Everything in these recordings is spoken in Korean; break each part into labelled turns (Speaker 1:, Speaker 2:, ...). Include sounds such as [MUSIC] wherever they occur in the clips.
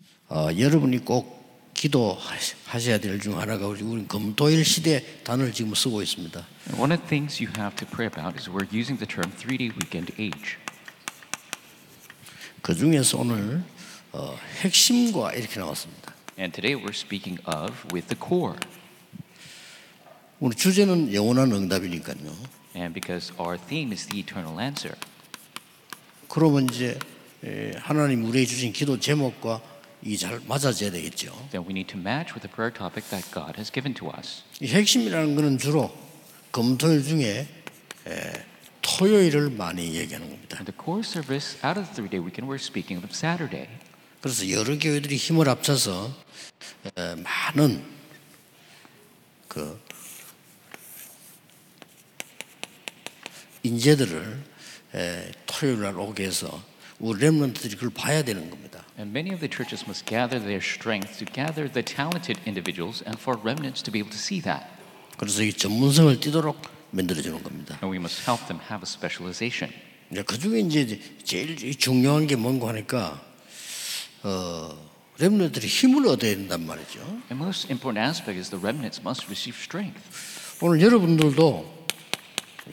Speaker 1: 어, 여러분이 꼭 기도하셔야 될 중 하나가 우리 우리 금토일 시대 단어를 지금 쓰고 있습니다.
Speaker 2: And one of the things you have to pray about is we're using the term 3D weekend age.
Speaker 1: 그 중에서 오늘 어, 핵심과 이렇게 나왔습니다.
Speaker 2: And today we're speaking of with the core.
Speaker 1: 오늘 주제는 영원한 응답이니까요.
Speaker 2: And because our theme is the eternal answer.
Speaker 1: 그러면 이제 에, 하나님 우리에게 주신 기도 제목과 이 잘 맞아져야 되겠죠.
Speaker 2: then we need to match with the prayer topic that God has given to us.
Speaker 1: 이 핵심이라는 것은 주로 금토일 중에 에, 토요일을 많이 얘기하는 겁니다.
Speaker 2: And the core service out of the three day weekend, we're speaking of Saturday.
Speaker 1: 그래서 여러 교회들이 힘을 합쳐서 에, 많은 그 인재들을 에, 토요일 날 오게 해서 우리 렘런트들이 그걸 봐야 되는 겁니다.
Speaker 2: And many of the churches must gather their strength to gather the talented individuals and for remnants to be able to see that.
Speaker 1: 그래서 이 전문성을 띠도록 만들어 주는 겁니다.
Speaker 2: And we must help them have a specialization.
Speaker 1: 이제 그 중에 이제 제일 중요한 게 뭔가 하니까 어 렘너들이 힘을 얻어야 된단 말이죠.
Speaker 2: And most important aspect is the remnants must receive strength.
Speaker 1: 오늘 여러분들도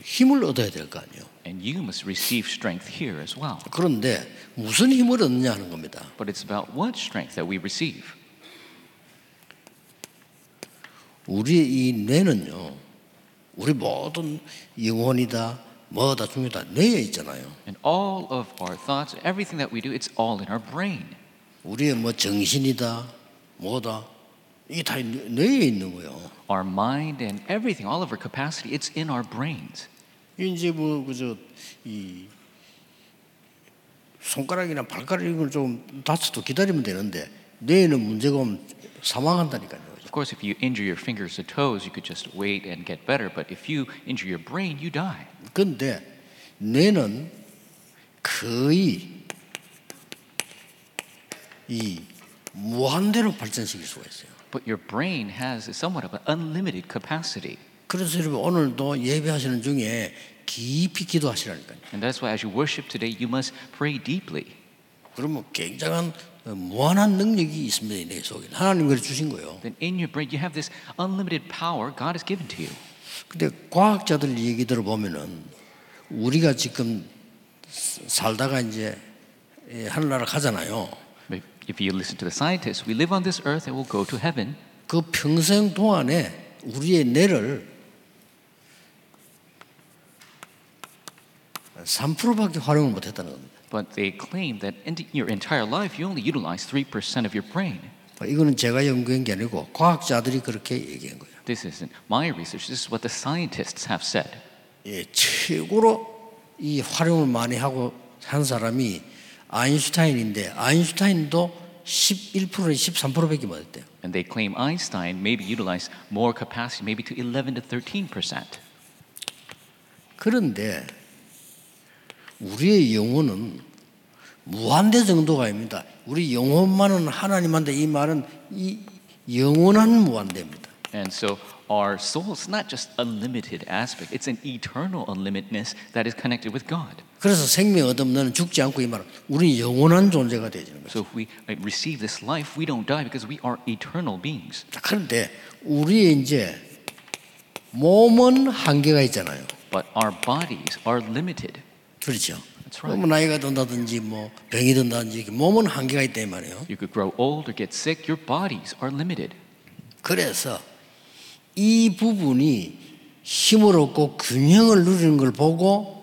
Speaker 1: 힘을 얻어야 될 거 아니에요.
Speaker 2: And you must receive strength here as well.
Speaker 1: 그런데 무슨 힘을 얻느냐 하는 겁니다.
Speaker 2: But it's about what strength that we receive.
Speaker 1: 우리의 이 뇌는요, 우리 모든 영혼이다, 뭐다 중요다 뇌에 있잖아요.
Speaker 2: And all of our thoughts, everything that we do, it's all in our brain.
Speaker 1: 우리의 뭐 정신이다, 뭐다 이게 다 뇌- 뇌에 있는 거예요.
Speaker 2: our mind and everything, all of our capacity, it's in our brains.
Speaker 1: 이제 뭐 그저 이 손가락이나 발가락을 좀 다쳐도 기다리면 되는데 뇌에는 문제가 오면 사망한다니까요.
Speaker 2: Of course, if you injure your fingers or toes, you could just wait and get better. But if you injure your brain, you die.
Speaker 1: 그런데 뇌는 거의 이 무한대로 발전시킬 수가 있어요.
Speaker 2: But your brain has somewhat of an unlimited capacity.
Speaker 1: 그래서 여러분 오늘도 예배하시는 중에 깊이 기도하시라니까요.
Speaker 2: And that's why, as you worship today, you must pray deeply.
Speaker 1: 그러면 굉장한 어, 무한한 능력이 있습니다. 내 속에 하나님 그래 주신 거예요.
Speaker 2: Then, in your brain, you have this unlimited power God has given to you.
Speaker 1: 근데 과학자들 얘기 들어보면은 우리가 지금 살다가 이제 이 하늘나라 가잖아요.
Speaker 2: But If you listen to the scientists, we live on this earth and we'll go to heaven.
Speaker 1: 그 평생 동안에 우리의 뇌를 3%밖에 활용을 못했다는 겁니다.
Speaker 2: But they claim that in your entire life, you only utilize 3% of your brain.
Speaker 1: 뭐 이거는 제가 연구한 게 아니고 과학자들이 그렇게 얘기한 거예요.
Speaker 2: This isn't my research, this is what the scientists have said.
Speaker 1: 예, 최고로 이 활용을 많이 하고 한 사람이 아인슈타인인데 아인슈타인도 11%에 13%밖에 못했대요.
Speaker 2: And they claim Einstein maybe utilized more capacity, maybe to 11 to 13 percent.
Speaker 1: 그런데 우리의 영혼은 무한대 정도가 아닙니다. 우리 영혼만은 하나님한테 이 말은 이 영원한 무한대입니다.
Speaker 2: And so our soul is not just a limited aspect, it's an eternal unlimitedness that is connected with God.
Speaker 1: 그래서 생명 얻으면 너는 죽지 않고 이 말은 우리 영원한 존재가 되어지는 거예요.
Speaker 2: So if we uh, receive this life, we don't die because we are eternal beings.
Speaker 1: 자, 그런데 우리의 이제 몸은 한계가 있잖아요.
Speaker 2: But our bodies are limited.
Speaker 1: 그렇죠.
Speaker 2: That's right.
Speaker 1: 뭐 나이가 든다든지 뭐 병이 든다든지 이렇게 몸은 한계가 있다 이 말이에요.
Speaker 2: You could grow old or get sick, your bodies are limited.
Speaker 1: 그래서 이 부분이 힘을 얻고 균형을 누리는 걸 보고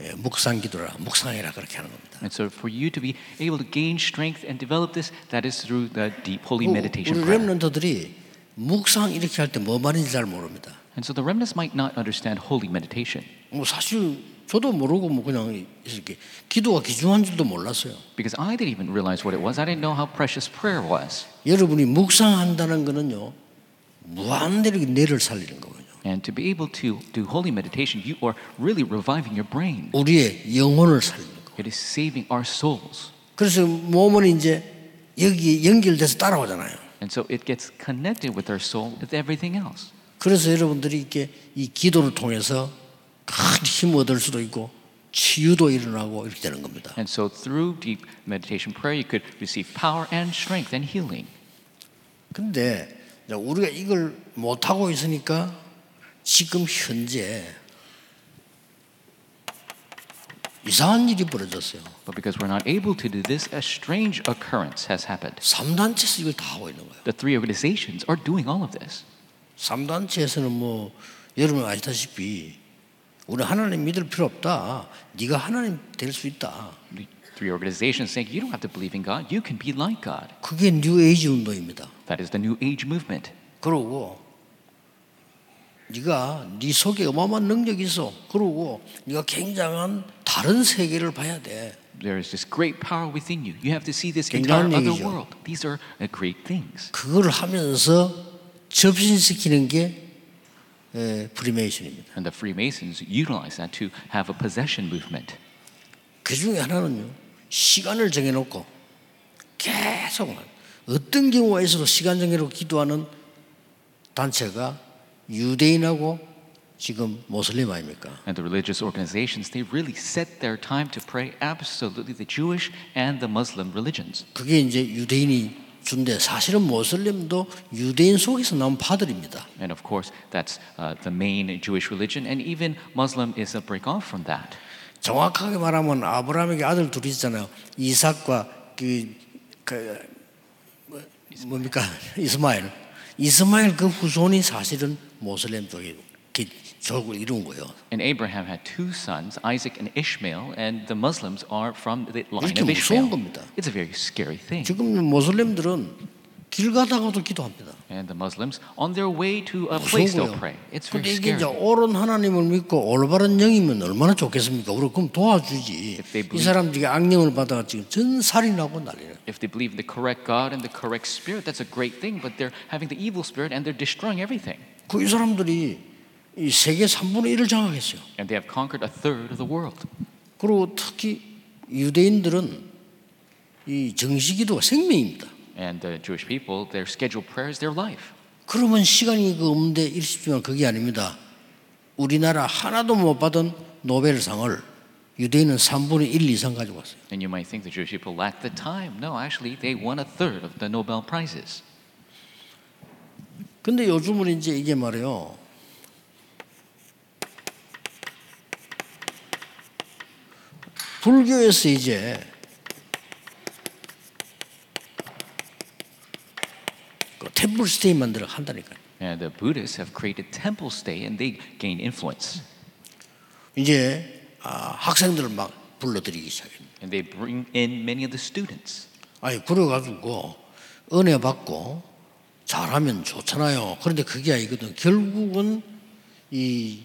Speaker 1: 예, 묵상 기도라 묵상이라 그렇게 하는 겁니다.
Speaker 2: And so for you to be able to gain strength and develop this, that is through the deep holy
Speaker 1: 우-
Speaker 2: meditation
Speaker 1: 우리
Speaker 2: prayer.
Speaker 1: 렘런터들이 묵상 이렇게 할 때 뭐 말인지 잘 모릅니다.
Speaker 2: And so the remnants might not understand holy meditation.
Speaker 1: 뭐 사실 저도 모르고 뭐 그냥 이렇게 기도가 귀중한 줄도 몰랐어요.
Speaker 2: Because I didn't even realize what it was. I didn't know how precious prayer was.
Speaker 1: 여러분이 묵상한다는 거는요 무한대로 뇌를 살리는 거거든요.
Speaker 2: And to be able to do holy meditation, you are really reviving your brain.
Speaker 1: 우리의 영혼을 살리는 거.
Speaker 2: It is saving our souls.
Speaker 1: 그래서 몸은 이제 여기 연결돼서 따라오잖아요.
Speaker 2: And so it gets connected with our soul, with everything else.
Speaker 1: 그래서 여러분들이 이렇게 이 기도를 통해서 큰 힘을 얻을 수도 있고 치유도 일어나고 이렇게 되는 겁니다.
Speaker 2: And so through deep meditation prayer, you could receive power and strength and healing.
Speaker 1: 근데 이제 우리가 이걸 못 하고 있으니까 지금 현재 이상한 일이 벌어졌어요.
Speaker 2: But because we're not able to do this, a strange occurrence has happened.
Speaker 1: 삼단체에서 이걸 다 하고 있는 거예요.
Speaker 2: The three organizations are doing all of this.
Speaker 1: 삼단체에서는 뭐 여러분 아시다시피 우리 하나님 믿을 필요 없다. 네가 하나님 될 수 있다.
Speaker 2: The three organizations saying, you don't have to believe in God, you can be like God.
Speaker 1: 그게 뉴에이지 운동입니다.
Speaker 2: That is the New Age movement.
Speaker 1: 그러고 네가 네 속에 어마어마한 능력이 있어. 그러고 네가 굉장한 다른 세계를 봐야 돼.
Speaker 2: There is this great power within you. You have to see this entire
Speaker 1: 굉장한
Speaker 2: other
Speaker 1: 얘기죠.
Speaker 2: world. These are uh, great things.
Speaker 1: 그걸 하면서 접신시키는 게 에, 프리메이션입니다.
Speaker 2: And the Freemasons utilize that to have a possession movement.
Speaker 1: 그 중에 하나는요. 시간을 정해놓고 계속 어떤 경우가 있어도 시간 정해놓고 기도하는 단체가 유대인하고 지금 모슬림 아닙니까?
Speaker 2: And the religious organizations, they really set their time to pray absolutely the Jewish and the Muslim religions.
Speaker 1: 그게 이제 유대인이 준데 사실은 모슬림도 유대인 속에서 나온 파들입니다.
Speaker 2: And of course, that's uh, the main Jewish religion, and even Muslim is a break off from that.
Speaker 1: 정확하게 말하면 아브라함에게 아들 둘이 있잖아요. 이삭과 그, 그 뭐- 뭡니까 [LAUGHS] 이스마엘. 이스마엘 그 후손이 사실은 모슬렘 쪽에 이렇게 조국을 이룬 거예요.
Speaker 2: And Abraham had two sons, Isaac and Ishmael, and the Muslims are from the line
Speaker 1: 이렇게 무서운
Speaker 2: of Ishmael.
Speaker 1: 겁니다.
Speaker 2: It's a very scary thing.
Speaker 1: 지금 모슬렘들은 길 가다가도 기도합니다.
Speaker 2: And the Muslims, on their way to a place,
Speaker 1: 아,
Speaker 2: they'll
Speaker 1: 무서워요.
Speaker 2: pray. It's very
Speaker 1: 근데 이게 이제
Speaker 2: scary.
Speaker 1: 옳은 하나님을 믿고 올바른 영이면 얼마나 좋겠습니까? 우리 그럼 도와주지.
Speaker 2: If they
Speaker 1: 이
Speaker 2: believe-
Speaker 1: 사람들이 악령을 받아가 지금 전살인하고 난리예요.
Speaker 2: If they believe the correct God and the correct spirit, that's a great thing, but they're having the evil spirit and they're destroying everything.
Speaker 1: 그이 사람들이 이 세계 3분의 1을 장악했어요.
Speaker 2: And they have conquered a third of the world.
Speaker 1: 그리고 특히 유대인들은 이 정시기도가 생명입니다.
Speaker 2: And the Jewish people, their scheduled prayer is their life.
Speaker 1: 그러면 시간이 그 없는데 일십지만 그게 아닙니다. 우리나라 하나도 못 받은 노벨상을 유대인은 3분의 1 이상 가지고 왔어요.
Speaker 2: And you might think the Jewish people lack the time. No, actually, they won a third of the Nobel Prizes.
Speaker 1: 근데 요즘은 이제 이게 말이에요. 불교에서 이제 그 템플 스테이 만들어 한다니까요.
Speaker 2: And the Buddhists have created temple stay and they gain influence.
Speaker 1: 이제 아, 학생들을 막 불러들이기 시작했네.
Speaker 2: And they bring in many of the students.
Speaker 1: 아니 그래가지고 은혜 받고 잘하면 좋잖아요. 그런데 그게 아니거든. 결국은 이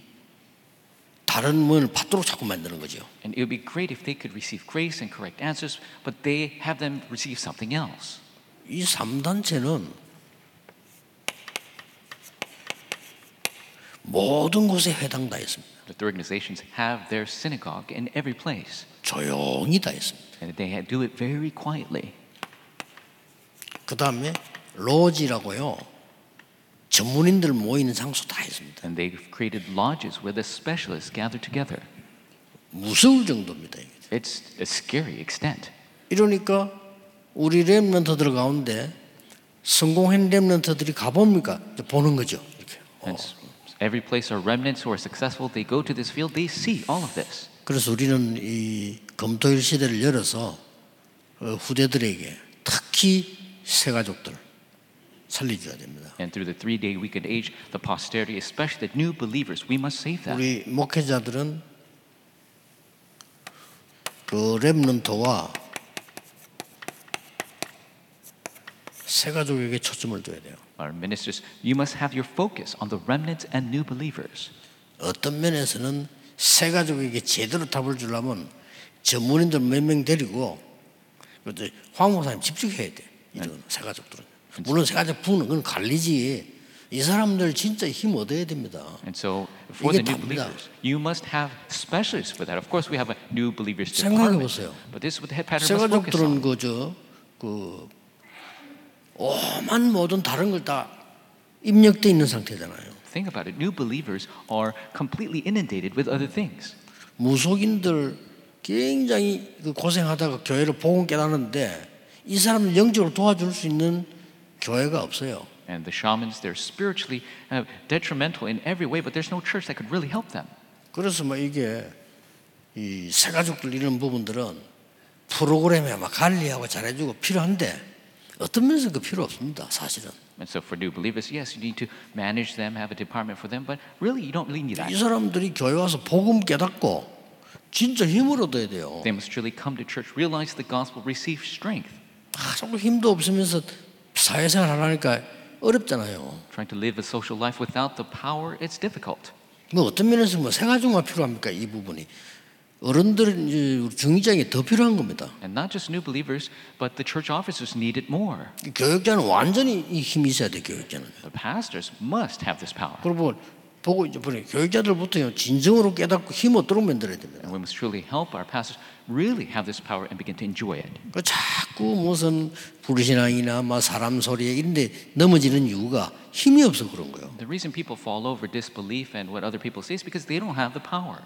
Speaker 1: 다른 문을 받도록 자꾸 만드는 거죠.
Speaker 2: And it would be great if they could receive grace and correct answers, but they have them receive something else.
Speaker 1: 이 삼단체는 모든 곳에 해당 다 있습니다.
Speaker 2: The three organizations have their synagogue in every place,
Speaker 1: 조용히 다 있습니다.
Speaker 2: and they do it very quietly.
Speaker 1: 그 다음에 로지라고요. 전문인들 모이는 장소 다 있습니다.
Speaker 2: And they've created lodges where the specialists gather together.
Speaker 1: 무서울 정도입니다. 이게.
Speaker 2: It's a scary extent.
Speaker 1: 이러니까 우리 랩런터들 가운데 성공한 랩런터들이 가봅니까? 이제 보는 거죠. 이렇게. 어.
Speaker 2: And s- every place are remnants who are successful. They go to this field, they see all of this.
Speaker 1: 그래서 우리는 이 검토일 시대를 열어서 어, 후대들에게 특히 새 가족들 살려줘야 됩니다.
Speaker 2: And through the three day weekend age, the posterity, especially the new believers, we must save them.
Speaker 1: 우리 목회자들은 그 랩런터와 새 가족에게 초점을 둬야 돼요.
Speaker 2: Our ministers, you must have your focus on the remnants and new believers.
Speaker 1: 어떤 면에서는 새 가족에게 제대로 답을 주려면 전문인들 몇 명 데리고 그때 황 목사님 집중해야 돼. 이런 새 가족들은 물론 새 가족 부는 건 관리지. 이 사람들 진짜 힘 얻어야 됩니다.
Speaker 2: And so, for
Speaker 1: 이게
Speaker 2: the new
Speaker 1: 답니다.
Speaker 2: believers, you must have specialists for that. Of course, we have a new believers department.
Speaker 1: 생각해보세요.
Speaker 2: But this is what the head pattern
Speaker 1: 새
Speaker 2: must focus
Speaker 1: 가족들은
Speaker 2: on.
Speaker 1: 그저 그 오만 모든 다른 걸 다 입력돼 있는 상태잖아요.
Speaker 2: Think about it. New believers are completely inundated with other things.
Speaker 1: 무속인들 굉장히 그 고생하다가 교회를 복음 깨달았는데 이 사람을 영적으로 도와줄 수 있는 교회가 없어요.
Speaker 2: And the shamans, they're spiritually uh, detrimental in every way, but there's no church that could really help them.
Speaker 1: 그래서 뭐 이게 이 새가족들 이런 부분들은 프로그램에 막 관리하고 잘해주고 필요한데 어떤 면에서 그 필요 없습니다. 사실은
Speaker 2: And so for new believers, yes, you need to manage them, have a department for them, but really you don't really need that.
Speaker 1: 이 사람들이 교회 와서 복음 깨닫고 진짜 힘을 얻어야 돼요.
Speaker 2: They must truly come to church, realize the gospel, receive strength.
Speaker 1: 아, 자꾸 힘도 없으면서 사회생활 하라니까 어렵잖아요.
Speaker 2: Trying to live a social life without the power, it's difficult.
Speaker 1: 뭐 어떤 면에서 뭐 생활중화 필요합니까 이 부분이 어른들은 이제 우리 중위장이 더 필요한 겁니다.
Speaker 2: And not just new believers, but the church officers need it more.
Speaker 1: 이 교육자는 완전히 이 힘이 있어야 돼 교육자는.
Speaker 2: The pastors must have this power.
Speaker 1: 그리고 보고 이제 보니 교육자들부터 진정으로 깨닫고 힘 얻도록 만들어야 됩니다.
Speaker 2: And we must truly help our pastors really have this power and begin to enjoy it.
Speaker 1: 그 자꾸 무슨 불신앙이나 막 사람 소리에 이런데 넘어지는 이유가 힘이 없어 그런 거예요.
Speaker 2: The reason people fall over disbelief and what other people say is because they don't have the power.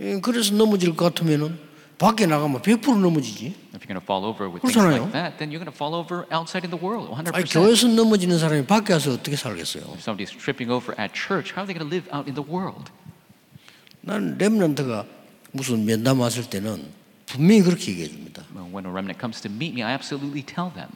Speaker 1: 예, 그래서 넘어질 것 같으면은 밖에 나가면 100% 넘어지지.
Speaker 2: If you're going to fall over with things
Speaker 1: 그렇잖아요.
Speaker 2: like that, then you're going to fall over outside in the world,
Speaker 1: 아니
Speaker 2: 100%.
Speaker 1: 교회에서 넘어지는 사람이 밖에 와서 어떻게 살겠어요?
Speaker 2: If somebody's tripping over at church, how are they going to live out in the world?
Speaker 1: 나는 렘런트가 무슨 면담 왔을 때는 분명히 그렇게 얘기해 줍니다.
Speaker 2: Well, When a remnant comes to meet me, I absolutely tell them.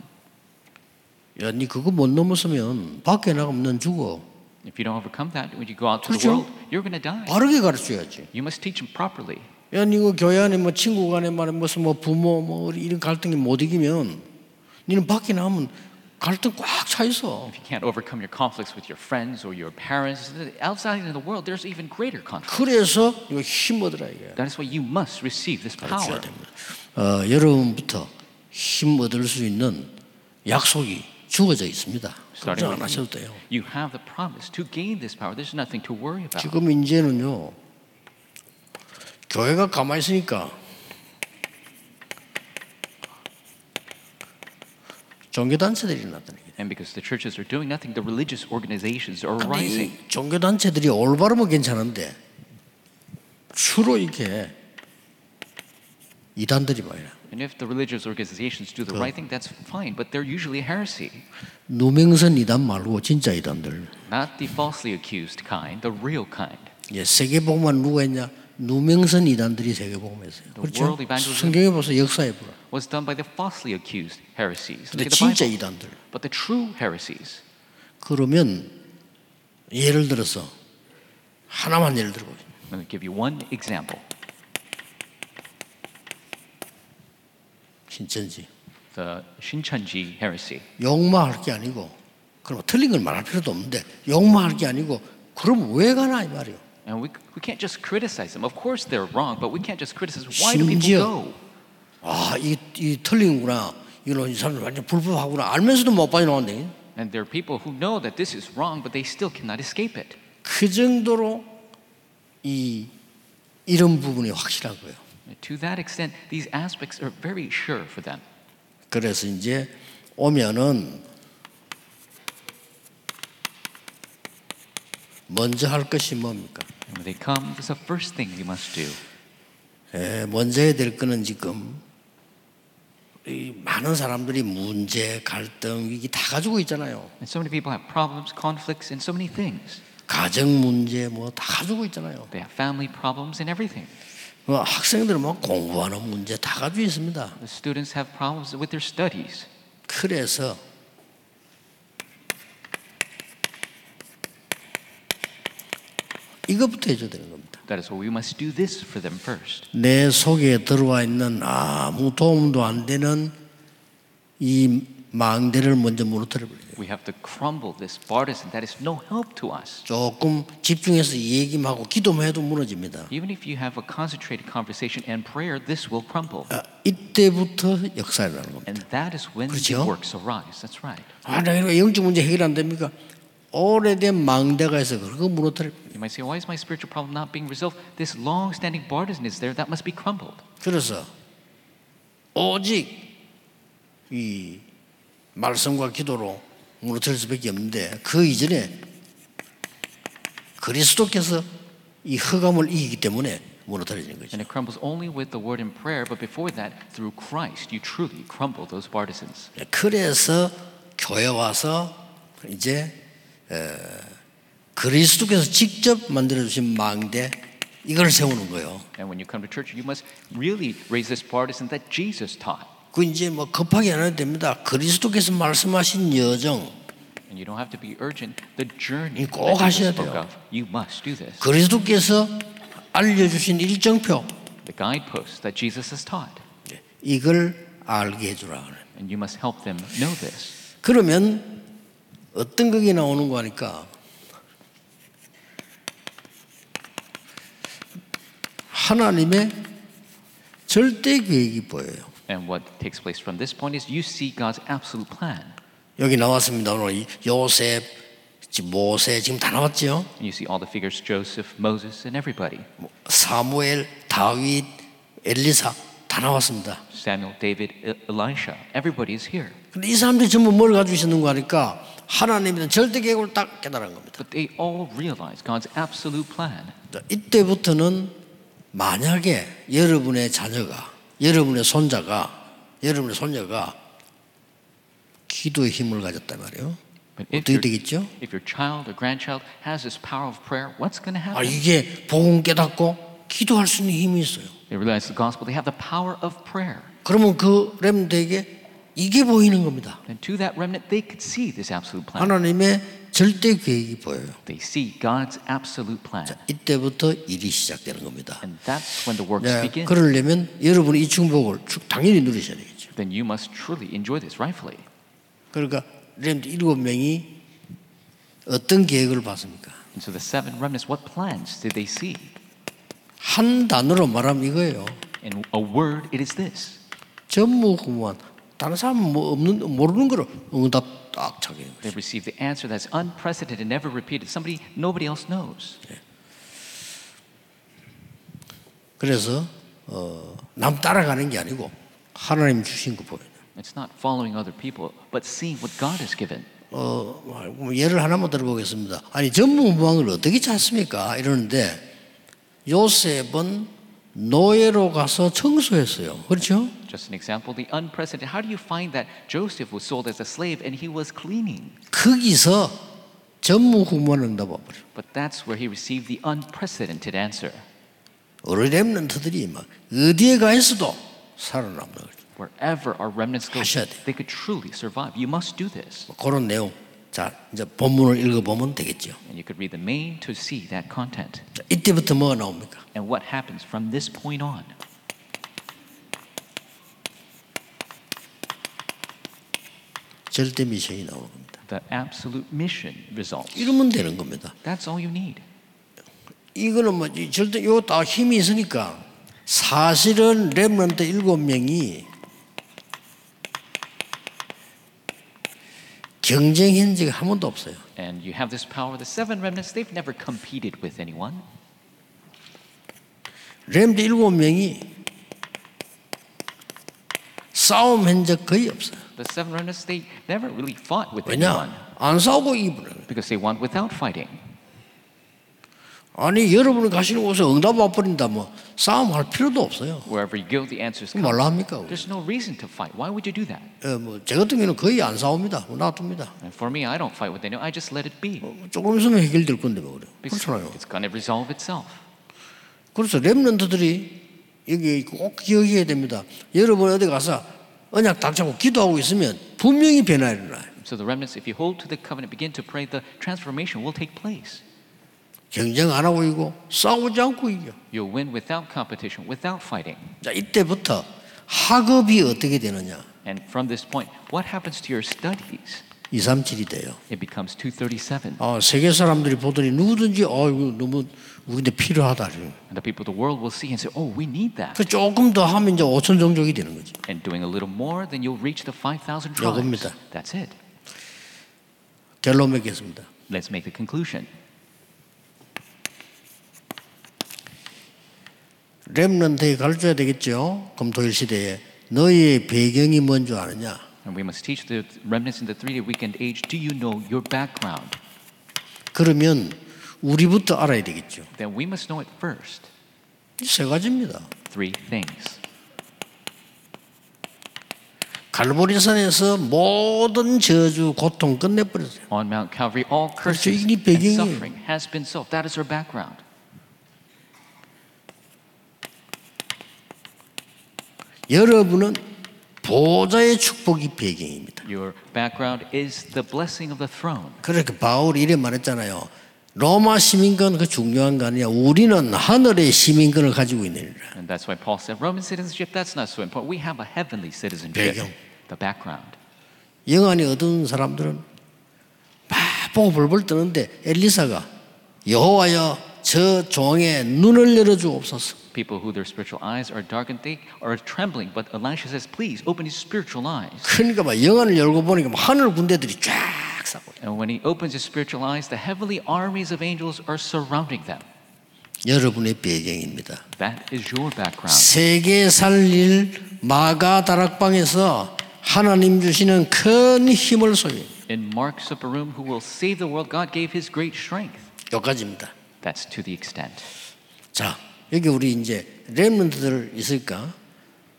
Speaker 1: 야, 니 그거 못 넘었으면 밖에 나가면 넌 죽어.
Speaker 2: If you don't overcome that, when you go out to the
Speaker 1: 그렇죠.
Speaker 2: world, you're going to die.
Speaker 1: 바르게 가르쳐야지.
Speaker 2: You must teach them properly.
Speaker 1: 야, 니그 교회 안에 뭐 친구 간에 말에 무슨 뭐 부모 뭐 이런 갈등이 못 이기면 니는 밖에 나가면 갈등 꽉 차 있어.
Speaker 2: If you can't overcome your conflicts with your friends or your parents, outside in the world, there's even greater conflict.
Speaker 1: 그래서 이거 힘 얻으라 이게.
Speaker 2: That is why you must receive this
Speaker 1: 가르쳐야
Speaker 2: power.
Speaker 1: 됩니다. 어, 여러분부터 힘 얻을 수 있는 약속이 주어져 있습니다.
Speaker 2: Starting
Speaker 1: 걱정 안
Speaker 2: with
Speaker 1: 하셔도 돼요.
Speaker 2: You have the promise to gain this power. There's nothing to worry about.
Speaker 1: 지금 이제는요 교회가 가만히 있으니까 종교 단체들이 나타나게 돼.
Speaker 2: And because the churches are doing nothing, the religious organizations are
Speaker 1: 근데
Speaker 2: rising.
Speaker 1: 이 종교 단체들이 올바르면 괜찮은데 주로 이렇게 이단들이 많이 나.
Speaker 2: And if the religious organizations do the right thing, that's fine. But they're usually heresy,
Speaker 1: 누명선 이단 말고 진짜 이단들.
Speaker 2: not the falsely accused kind, the real kind.
Speaker 1: 예, 세계복음만 누가 했냐? 누명선 이단들이 세계복음했어요. 그렇죠?
Speaker 2: world evangelism.
Speaker 1: 성경에 보서 역사에 보라.
Speaker 2: Was done by the falsely accused heresies. Look
Speaker 1: 근데
Speaker 2: at the
Speaker 1: 진짜
Speaker 2: Bible.
Speaker 1: 이단들.
Speaker 2: But the true heresies.
Speaker 1: 그러면 예를 들어서 하나만 예를 들고
Speaker 2: Let me give you one example.
Speaker 1: 신천지
Speaker 2: The Shincheonji heresy.
Speaker 1: 욕만 할 게 아니고 그럼 틀린 걸 말할 필요도 없는데 욕만 할 게 아니고 그럼 왜 가나 이 말이요.
Speaker 2: And we, we can't just criticize them. Of course they're wrong, but we can't just criticize. Why do
Speaker 1: 심지어-
Speaker 2: people go?
Speaker 1: 아이 이 틀린구나. 이런 이 사람들 완전 불법하구나. 알면서도 못 빠져나온대.
Speaker 2: And there are people who know that this is wrong, but they still cannot escape it.
Speaker 1: 그 정도로 이 이런 부분이 확실하고요.
Speaker 2: To that extent, these aspects are very sure for them.
Speaker 1: 그래서 이제 오면은 먼저 할 것이 뭡니까?
Speaker 2: And when they come, this is the first thing you must do.
Speaker 1: 예, 먼저 해야 될 거는 지금 이 많은 사람들이 문제, 갈등, 위기 다 가지고 있잖아요.
Speaker 2: And so many people have problems, conflicts, and so many things.
Speaker 1: 가정 문제 뭐 다 가지고 있잖아요.
Speaker 2: They have family problems and everything.
Speaker 1: 뭐 학생들은 뭐 공부하는 문제 다 가지고 있습니다.
Speaker 2: The students have problems with their studies.
Speaker 1: 그래서 이것부터 해줘야 되는 겁니다.
Speaker 2: That is why we must do this for them first.
Speaker 1: 내 속에 들어와 있는 아무 도움도 안 되는 이 망대를 먼저 무너뜨려 버려요.
Speaker 2: We have to crumble this partisan that is no help to us.
Speaker 1: 조금 집중해서 얘기만 하고 기도만 해도 무너집니다.
Speaker 2: Even if you have a concentrated conversation and prayer, this will crumble.
Speaker 1: 아, 이때부터 역사에 나는 겁니다.
Speaker 2: And that is when the
Speaker 1: 그렇죠?
Speaker 2: works arise. That's right.
Speaker 1: 아, 나 이거 영적 문제 해결 안 됩니까? 오래된 망대가 있어 그거 무너뜨려.
Speaker 2: You might say, why is my spiritual problem not being resolved? This long-standing partisan is there that must be crumbled.
Speaker 1: 그래서 오직 이 말씀과 기도로 무너뜨릴 수밖에 없는데 그 이전에 그리스도께서 이 흑암을 이기기 때문에 무너뜨려지는 거죠.
Speaker 2: And it crumbles only with the word and prayer, but before that, through Christ, you truly crumble those partisans.
Speaker 1: 그래서 교회 와서 이제 어, 그리스도께서 직접 만들어 주신 망대 이걸 세우는 거예요.
Speaker 2: And when you come to church, you must really raise this partisan that Jesus taught.
Speaker 1: 그 이제 뭐 급하게 안 해도 됩니다. 그리스도께서 말씀하신 여정,
Speaker 2: And you don't have to be urgent. The journey
Speaker 1: 이꼭
Speaker 2: that Jesus
Speaker 1: 하셔야
Speaker 2: spoke
Speaker 1: 돼요.
Speaker 2: of, you must do this.
Speaker 1: 그리스도께서 알려주신 일정표
Speaker 2: The guideposts that Jesus has taught.
Speaker 1: 이걸 알게 해주라. 그래요.
Speaker 2: And you must help them know this.
Speaker 1: 그러면 어떤 극이 나오는 거 하니까 하나님의 절대 계획이 보여요.
Speaker 2: And what takes place from this point is you see God's absolute plan.
Speaker 1: 여기 나왔습니다. 오늘 이 요셉, 지금 모세 지금 다 나왔죠.
Speaker 2: And you see all the figures Joseph, Moses, and everybody
Speaker 1: 사무엘, 다윗, 엘리사 다 나왔습니다.
Speaker 2: Samuel, David, E- Elisha. Everybody is here.
Speaker 1: 근데 이 사람들이 전부 뭘 가지고 있었는가 하니까 하나님의 절대 계획을 딱 깨달은 겁니다.
Speaker 2: But they all realize God's absolute plan.
Speaker 1: 이때부터는 만약에 여러분의 자녀가 여러분의 손자가 여러분의 손녀가 기도의 힘을 가졌단 말이에요.
Speaker 2: But if
Speaker 1: 어떻게
Speaker 2: your,
Speaker 1: 되겠죠?
Speaker 2: if your child or grandchild has this power of prayer, what's going to
Speaker 1: 아
Speaker 2: happen?
Speaker 1: 이게 복음 깨닫고 기도할 수 있는 힘이 있어요.
Speaker 2: They realize the gospel, they have the power of prayer.
Speaker 1: 그러면 그 렘드에게 이게 보이는 겁니다.
Speaker 2: And to that remnant, they could see this absolute plan.
Speaker 1: 하나님의 절대 계획이 보여요.
Speaker 2: They see God's absolute plan.
Speaker 1: 이때부터 일이 시작되는 겁니다.
Speaker 2: And that's when the works
Speaker 1: 네,
Speaker 2: begin.
Speaker 1: 그러려면 여러분이 이 축복을 축- 당연히 누리셔야 되겠죠.
Speaker 2: Then you must truly enjoy this rightfully.
Speaker 1: 그러니까 렘드 일곱 명이 어떤 계획을 봤습니까?
Speaker 2: And so the seven remnants, what plans did they see?
Speaker 1: 한 단어로 말하면 이거예요.
Speaker 2: In a word, it is this
Speaker 1: 전무후무한 다른 사람은 뭐 없는 모르는 거로 응답 딱 차게.
Speaker 2: they received the answer that's unprecedented and never repeated, somebody nobody else knows.
Speaker 1: 그래서 어, 남 따라가는 게 아니고 하나님 주신 거 보여요.
Speaker 2: It's not following other people, but seeing what God has given.
Speaker 1: 어, 뭐 예를 하나만 들어보겠습니다. 아니 전무후무한 걸 어떻게 찾습니까? 이러는데 요셉은 노예로 가서 청소했어요. 그렇죠?
Speaker 2: Just an example, the unprecedented. How do you find that Joseph was sold as a slave and he was cleaning?
Speaker 1: 거기서 전무후무한 응답 와버려.
Speaker 2: But that's where he received the unprecedented answer.
Speaker 1: 우리 렘런트들이 막 어디에 가 있어도 살아남는 거죠.
Speaker 2: Wherever our remnants go,
Speaker 1: 하셔야 돼요.
Speaker 2: they could truly survive. You must do this.
Speaker 1: 뭐 그런 내용. 자, 이제 본문을 읽어보면 되겠죠.
Speaker 2: And you could read the main to see that content.
Speaker 1: 자, 이때부터 뭐가 나옵니까?
Speaker 2: And what happens from this point on?
Speaker 1: 절대 미션이 나오는 겁니다.
Speaker 2: The absolute mission results.
Speaker 1: 이러면 되는 겁니다.
Speaker 2: That's all you need.
Speaker 1: 이거는 뭐 이- 절대 요거 다 힘이 있으니까 사실은 렘런트 일곱 명이 경쟁한 적이 한 번도 없어요.
Speaker 2: And you have this power. The seven remnants, they've never competed with anyone.
Speaker 1: 렘런트 일곱 명이 싸움한 적 거의 없어요.
Speaker 2: The seven remnants, they never really fought with anyone
Speaker 1: 왜냐? 안 싸우고 입으라는 거예요.
Speaker 2: because they won without fighting.
Speaker 1: 아니 여러분이 가시는 곳에 응답 와버린다 뭐 싸움할 필요도 없어요.
Speaker 2: Wherever you go, the answers come.
Speaker 1: 뭘로 합니까?
Speaker 2: There's no reason to fight. Why would you do that?
Speaker 1: 예, 뭐제 같은 경우는 거의 안 싸웁니다. 뭐 놔둡니다.
Speaker 2: And for me, I don't fight with anyone. I just let it be.
Speaker 1: 뭐 조금 있으면 해결될 건데 뭐 그래요.
Speaker 2: Because
Speaker 1: 그렇잖아요.
Speaker 2: it's going to resolve itself.
Speaker 1: 그래서 랩런트들이 여기 꼭 기억해야 됩니다. 여러분 어디 가서 언약 딱 잡고 기도하고 있으면 분명히 변화 일어나요.
Speaker 2: So the remnants, if you hold to the covenant, begin to pray, the transformation will take place.
Speaker 1: 경쟁 안 하고 이고 싸우지 않고 이겨.
Speaker 2: You'll win without competition, without fighting.
Speaker 1: 자 이때부터 학업이 어떻게 되느냐?
Speaker 2: And from this point, what happens to your studies?
Speaker 1: 2, 3, 7이 돼요.
Speaker 2: It becomes 237.
Speaker 1: 아, 세계 사람들이 보더니 누구든지 어 이거 너무 우리한테 필요하다. 그래요.
Speaker 2: And the people of the world will see and say, oh, we need that.
Speaker 1: 그 조금 더 하면 이제 5천 종족이 되는 거죠.
Speaker 2: And doing a little more, then you'll reach the 5,000 tribes.
Speaker 1: 요겁니다.
Speaker 2: That's it.
Speaker 1: 결론 맺겠습니다.
Speaker 2: Let's make the conclusion.
Speaker 1: 렘넌트에 가르쳐야 되겠죠. 금토일 시대에 너희의 배경이 뭔 줄 아느냐?
Speaker 2: And we must teach the remnants in the three-day weekend age, do you know your background?
Speaker 1: 그러면 우리부터 알아야 되겠죠.
Speaker 2: Then we must know it first.
Speaker 1: 이 세 가지입니다.
Speaker 2: Three things.
Speaker 1: 갈보리 산에서 모든 저주 고통 끝내버렸어요.
Speaker 2: On Mount Calvary, all curses
Speaker 1: 이게
Speaker 2: and
Speaker 1: 배경이에요.
Speaker 2: suffering has been solved. That is her background.
Speaker 1: 여러분은 보좌의 축복이 배경입니다.
Speaker 2: Your background is the blessing of the throne.
Speaker 1: 그렇게 바울이 이래 말했잖아요. 로마 시민권 그 중요한 거 아니야. 우리는 하늘의 시민권을 가지고 있느니라.
Speaker 2: And that's why Paul said, Roman citizenship, that's not so important. We have a heavenly citizenship.
Speaker 1: 배경.
Speaker 2: The background.
Speaker 1: 영안이 어두운 사람들은 바보고 벌벌 뜨는데 엘리사가 여호와여 저 종의 눈을 열어주옵소서.
Speaker 2: People who their spiritual eyes are darkened, they are trembling. But Elisha says, please open his spiritual eyes.
Speaker 1: 그러니까 막 영안을 열고 보니까 막 하늘 군대들이 쫙 싸고 있어요.
Speaker 2: And when he opens his spiritual eyes, the heavenly armies of angels are surrounding them.
Speaker 1: 여러분의 배경입니다.
Speaker 2: That is your background.
Speaker 1: 세계 살릴 마가 다락방에서 하나님 주시는 큰 힘을 소유.
Speaker 2: In Mark's upper room, who will save the world, God gave his great strength.
Speaker 1: 여기까지입니다.
Speaker 2: That's to the extent.
Speaker 1: 자 여기 우리 이제 렘런트들 있으니까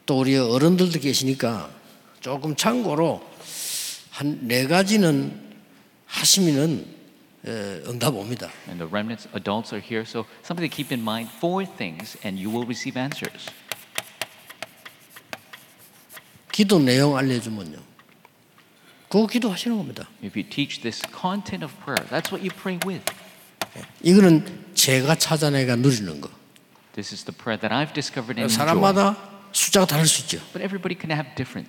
Speaker 1: 또 우리 어른들도 계시니까 조금 참고로 한 네 가지는 하시면은 에, 응답 옵니다.
Speaker 2: And the remnants, adults are here. So something to keep in mind four things, and you will receive answers.
Speaker 1: 기도 내용 알려주면요. 그거 기도하시는 겁니다.
Speaker 2: If you teach this content of prayer, that's what you pray with.
Speaker 1: 이거는 제가 찾아내가 누리는 거.
Speaker 2: This is the prayer that I've discovered and enjoyed.
Speaker 1: 사람마다 숫자가 다를 수 있죠.
Speaker 2: But everybody can have different.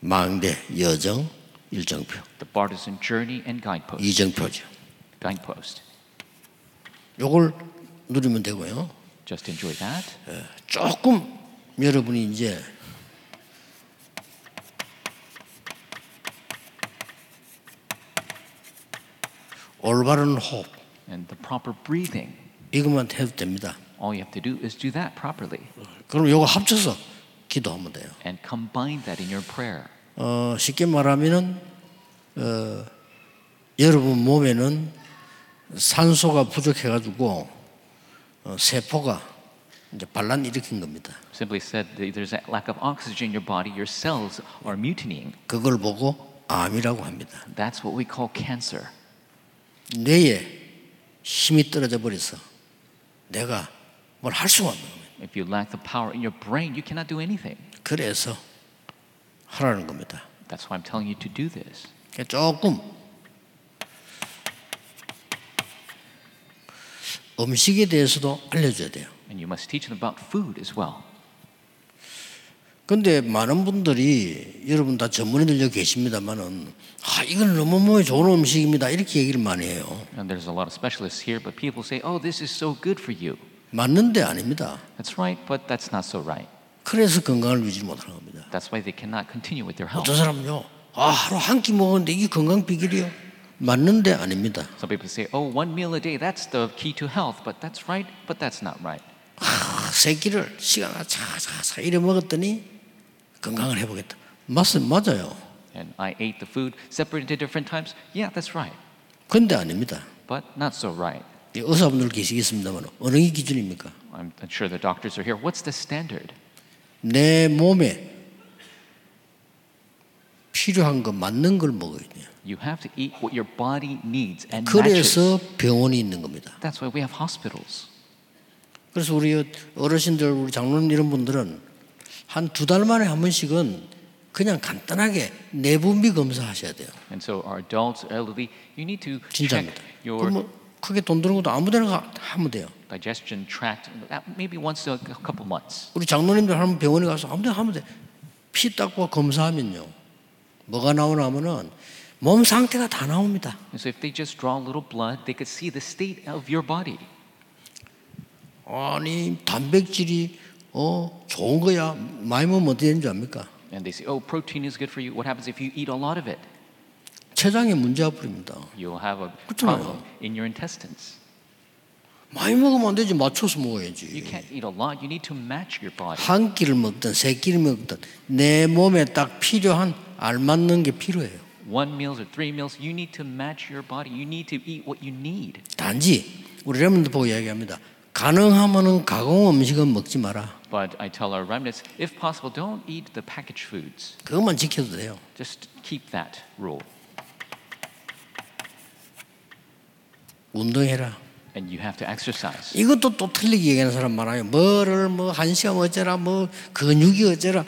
Speaker 1: 망대, 여정, 일정표,
Speaker 2: The partisan journey and guidepost.
Speaker 1: 이정표죠.
Speaker 2: Guidepost.
Speaker 1: 요걸 누리면 되고요.
Speaker 2: Just enjoy that.
Speaker 1: 조금 여러분이 이제 올바른 호흡
Speaker 2: And the proper breathing.
Speaker 1: 이것만 해도 됩니다.
Speaker 2: All you have to do is do that properly
Speaker 1: 그럼 요거 합쳐서 기도하면 돼요.
Speaker 2: and combine that in your prayer.
Speaker 1: 어, 쉽게 말하면은 어, 여러분 몸에는 산소가 부족해가지고 어, 세포가 이제 반란 일으킨 겁니다.
Speaker 2: Simply said, th- there's a lack of oxygen in your body. Your cells are mutinying.
Speaker 1: 그걸 보고 암이라고 합니다.
Speaker 2: That's what we call cancer.
Speaker 1: 뇌에 힘이 떨어져 버려서 내가 뭘 할 수가 없는 거예요.
Speaker 2: If you lack the power in your brain, you cannot do anything.
Speaker 1: 그래서 하라는 겁니다.
Speaker 2: That's why I'm telling you to do this.
Speaker 1: 그러니까 조금 음식에 대해서도 알려줘야 돼요.
Speaker 2: And you must teach them about food as well.
Speaker 1: 근데 많은 분들이 여러분 다 전문의들 여기 계십니다만은 아 이건 너무 몸에 좋은 음식입니다 이렇게 얘기를 많이 해요.
Speaker 2: And there's a lot of specialists here, but people say, oh, this is so good for you.
Speaker 1: 맞는데 아닙니다.
Speaker 2: That's right, but that's not so right.
Speaker 1: 그래서 건강을 유지 못하는 겁니다.
Speaker 2: That's why they cannot continue with their health.
Speaker 1: 어떤 사람은요 아 하루 한 끼 먹었는데 이게 건강 비결이요 맞는데 아닙니다.
Speaker 2: Some people say, oh, one meal a day, that's the key to health, but that's right, but that's not right.
Speaker 1: 아, 세 끼를 시간 차차차 이래 먹었더니 건강을 해보겠다. 맞습 맞아요.
Speaker 2: And I ate the food separated into different times. Yeah, that's right,
Speaker 1: 근데 아닙니다.
Speaker 2: but not so right.
Speaker 1: 이 의사분들 계시겠습니다만 어느 게 기준입니까?
Speaker 2: I'm sure the doctors are here. What's the standard?
Speaker 1: 내 몸에 필요한 거 맞는 걸 먹어야 돼요.
Speaker 2: You have to eat what your body needs and matches.
Speaker 1: 그래서 병원이 있는 겁니다.
Speaker 2: That's why we have hospitals.
Speaker 1: 그래서 우리 어르신들, 우리 장로님 이런 분들은 한 두 달 만에 한 번씩은 그냥 간단하게 내분비 검사하셔야 돼요.
Speaker 2: And so our adults, elderly, you need to check
Speaker 1: 진짜입니다.
Speaker 2: your
Speaker 1: 그뭐 크게 돈 드는 것도 아무데나 가- 하면 돼요.
Speaker 2: digestion tract that maybe once a couple months.
Speaker 1: 우리 장로님들 하면 병원에 가서 아무데나 하면 돼. 피 닦고 검사하면요. 뭐가 나오나 하면은 몸 상태가 다 나옵니다.
Speaker 2: And so if they just draw a little blood, they could see the state of your body.
Speaker 1: 아니 단백질이 어 좋은 거야. 많이 먹으면 어떻게 되는 줄 압니까?
Speaker 2: And they say, oh, protein is good for you. What happens if you eat a lot of it?
Speaker 1: 췌장에 문제 아플입니다.
Speaker 2: You'll have a
Speaker 1: 그렇잖아요.
Speaker 2: problem in your intestines.
Speaker 1: 많이 먹으면 안 되지 맞춰서
Speaker 2: You
Speaker 1: 먹어야지.
Speaker 2: can't eat a lot. You need to match your body.
Speaker 1: 한 끼를 먹든 세 끼를 먹든 내 몸에 딱 필요한 알맞는 게 필요해요.
Speaker 2: One meals or three meals, you need to match your body. You need to eat what you need.
Speaker 1: 단지 우리 레몬드 보고 이야기합니다. 가능하면은 가공 음식은 먹지 마라.
Speaker 2: But I tell our remnants, if possible, don't eat the packaged foods.
Speaker 1: 그것만 지켜도 돼요.
Speaker 2: Just keep that rule.
Speaker 1: 운동해라.
Speaker 2: And you have to exercise.
Speaker 1: 이것도 또 틀리게 얘기하는 사람 많아요. 뭐를 뭐 한 시간 어쩌라, 뭐 근육이 어쩌라.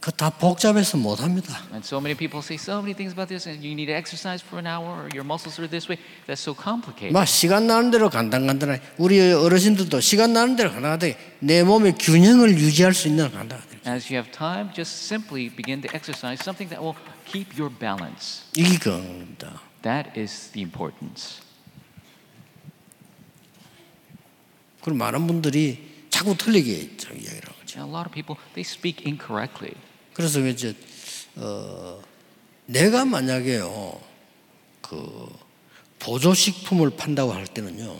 Speaker 1: 그 다 복잡해서 못 합니다.
Speaker 2: And so many people say so many things about this, and you need to exercise for an hour, or your muscles are this way. That's so complicated.
Speaker 1: 막 시간 나는 대로 간단간단해. 우리 어르신들도 시간 나는 대로 간단하게 내 몸의 균형을 유지할 수 있는 간단하게.
Speaker 2: As you have time, just simply begin to exercise something that will keep your balance.
Speaker 1: 이게 그겁니다.
Speaker 2: That is the importance.
Speaker 1: 그리고 많은 분들이 자꾸 틀리게 참 이야기를 하고.
Speaker 2: And a lot of people they speak incorrectly.
Speaker 1: 그래서 이제 어, 내가 만약에요 그 보조식품을 판다고 할 때는요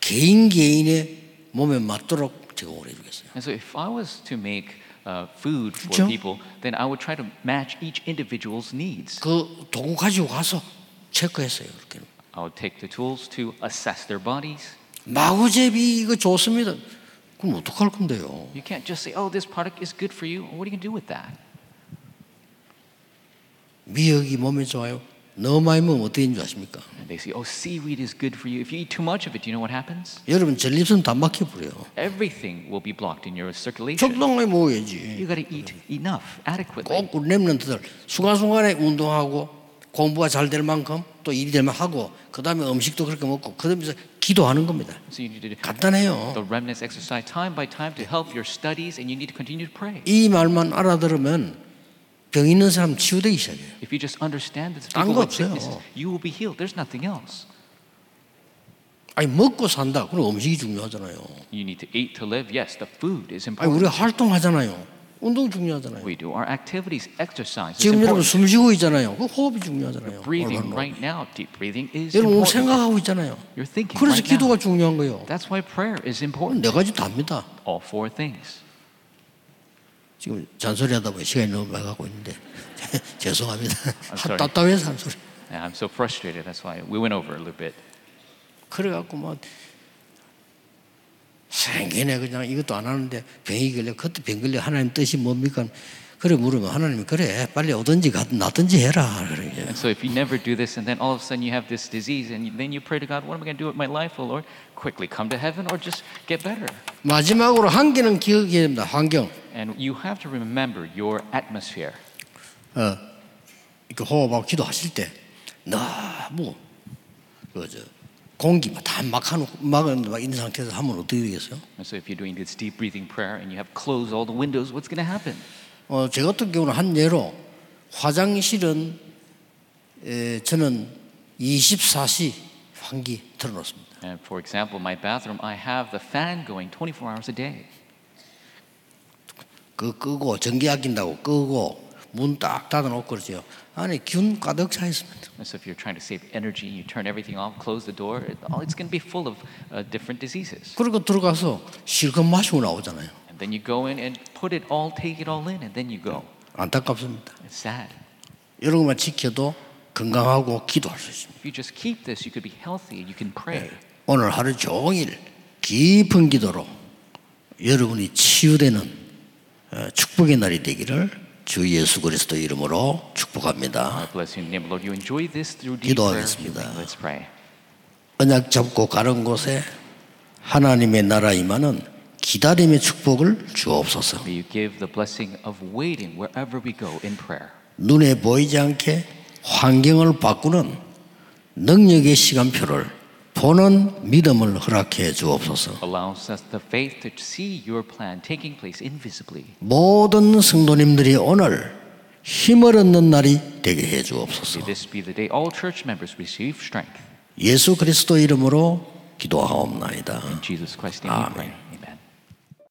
Speaker 1: 개인 개인의 몸에 맞도록 제공을 해주겠어요.
Speaker 2: And so, if I was to make uh, food for
Speaker 1: Sure.
Speaker 2: people, then I would try to match each individual's needs.
Speaker 1: 그 도구 가지고 가서 체크했어요. 이렇게
Speaker 2: I would take the tools to assess their bodies.
Speaker 1: 마구제비 이거 좋습니다. 그럼 어떡할 건데요?
Speaker 2: You can't just say, "Oh, this product is good for you." What are you gonna do with that?
Speaker 1: 미역이 몸에 좋아요. 너무 많이 먹으면 어떻게 되는 줄 아십니까?
Speaker 2: And they say, "Oh, seaweed is good for you." If you eat too much of it, you know what happens?
Speaker 1: 여러분 전립선 다 막혀버려요.
Speaker 2: Everything will be blocked in your circulation.
Speaker 1: 적당히 먹어야지.
Speaker 2: You gotta eat enough, adequately.
Speaker 1: 꼭 우리 랩런트들 순간순간에 운동하고 공부가 잘 될 만큼 또 일이 되면 하고 그 다음에 음식도 그렇게 먹고 그 다음에 기도하는 겁니다.
Speaker 2: So you need to do
Speaker 1: 간단해요.
Speaker 2: the remnants exercise time by time to help your studies, and you need to continue to pray.
Speaker 1: 이 말만 알아들으면 병 있는 사람 치유되기 시작해요.
Speaker 2: If you just understand this,
Speaker 1: 딴
Speaker 2: people
Speaker 1: 거
Speaker 2: with
Speaker 1: 없어요.
Speaker 2: sicknesses, you will be healed. There's nothing else.
Speaker 1: 아니 먹고 산다. 그럼 음식이 중요하잖아요.
Speaker 2: You need to eat to live. Yes, the food is
Speaker 1: 아니
Speaker 2: important.
Speaker 1: 우리가 활동하잖아요. 운동 중요하잖아요.
Speaker 2: We do our activities, exercise is
Speaker 1: 지금 여러분
Speaker 2: important.
Speaker 1: 숨 쉬고 있잖아요. 그 호흡이 중요하잖아요.
Speaker 2: Breathing
Speaker 1: 얼마나.
Speaker 2: right now, deep breathing is
Speaker 1: 여러분 오늘
Speaker 2: important.
Speaker 1: 생각하고 있잖아요.
Speaker 2: You're thinking
Speaker 1: 그래서
Speaker 2: right now.
Speaker 1: 기도가 중요한 거예요.
Speaker 2: That's why prayer is important.
Speaker 1: 네 가지 답니다.
Speaker 2: All four things.
Speaker 1: 지금 잔소리하다 보니 시간이 너무 많이 가고 있는데 [LAUGHS] 죄송합니다. 아,
Speaker 2: sorry.
Speaker 1: 답답해서 한 소리.
Speaker 2: And I'm so frustrated. That's why we went over a little bit.
Speaker 1: 그래갖고 막 생기네 그냥 이것도 안 하는데 병이 걸려 그것도 병 걸려 하나님 뜻이 뭡니까? 그래 물으면 하나님이 그래 빨리 오든지 가 나든지 해라 그래 이제.
Speaker 2: And so if you never do this, and then all of a sudden you have this disease, and then you pray to God, what am I going to do with my life, oh Lord? Quickly come to heaven, or just get better.
Speaker 1: 마지막으로 환경은 기억해야 됩니다. 환경
Speaker 2: And you have to remember your atmosphere.
Speaker 1: 어, 이렇게 호흡하고 기도하실 때 너무 그저 공기 다막 막은 막 있는 상태에서 하면 어떻게 되겠어요?
Speaker 2: And so if you're doing this deep breathing prayer and you have closed all the windows, what's going to happen?
Speaker 1: 어, 제 같은 경우는 한 예로 화장실은 에, 저는 24시 환기 틀어놓습니다.
Speaker 2: And for example, my bathroom, I have the fan going 24 hours a day.
Speaker 1: 그 끄고 전기 아낀다고 끄고 문 딱 닫아놓고 그러죠. 안에 균 가득 차 있습니다.
Speaker 2: And so if you're trying to save energy, you turn everything off, close the door, it, oh, it's going to be full of uh, different diseases.
Speaker 1: 그리고 들어가서 실컷 마시고 나오잖아요.
Speaker 2: And then you go in and put it all, take it all in, and then you go.
Speaker 1: 안타깝습니다.
Speaker 2: It's sad.
Speaker 1: 이런 것만 지켜도 건강하고 기도할 수 있습니다.
Speaker 2: If you just keep this, you could be healthy and you can pray.
Speaker 1: 오늘 하루 종일 깊은 기도로 여러분이 치유되는 어, 축복의 날이 되기를 주 예수 그리스도 이름으로 축복합니다.
Speaker 2: God bless you in the name of the Lord. You enjoy this through deep prayer.
Speaker 1: 기도하겠습니다.
Speaker 2: Let's pray.
Speaker 1: 언약 잡고 가는 곳에 하나님의 나라 임하는 기다림의 축복을 주옵소서.
Speaker 2: May you give the blessing of waiting wherever we go in prayer.
Speaker 1: 눈에 보이지 않게 환경을 바꾸는 능력의 시간표를 보는 믿음을 허락해 주옵소서.
Speaker 2: allows us the faith to see your plan taking place invisibly.
Speaker 1: 모든 성도님들이 오늘 힘을 얻는 날이 되게 해 주옵소서.
Speaker 2: May this be the day all church members receive strength.
Speaker 1: 예수 그리스도 이름으로 기도하옵나이다.
Speaker 2: In Jesus Christ's name we pray. Amen.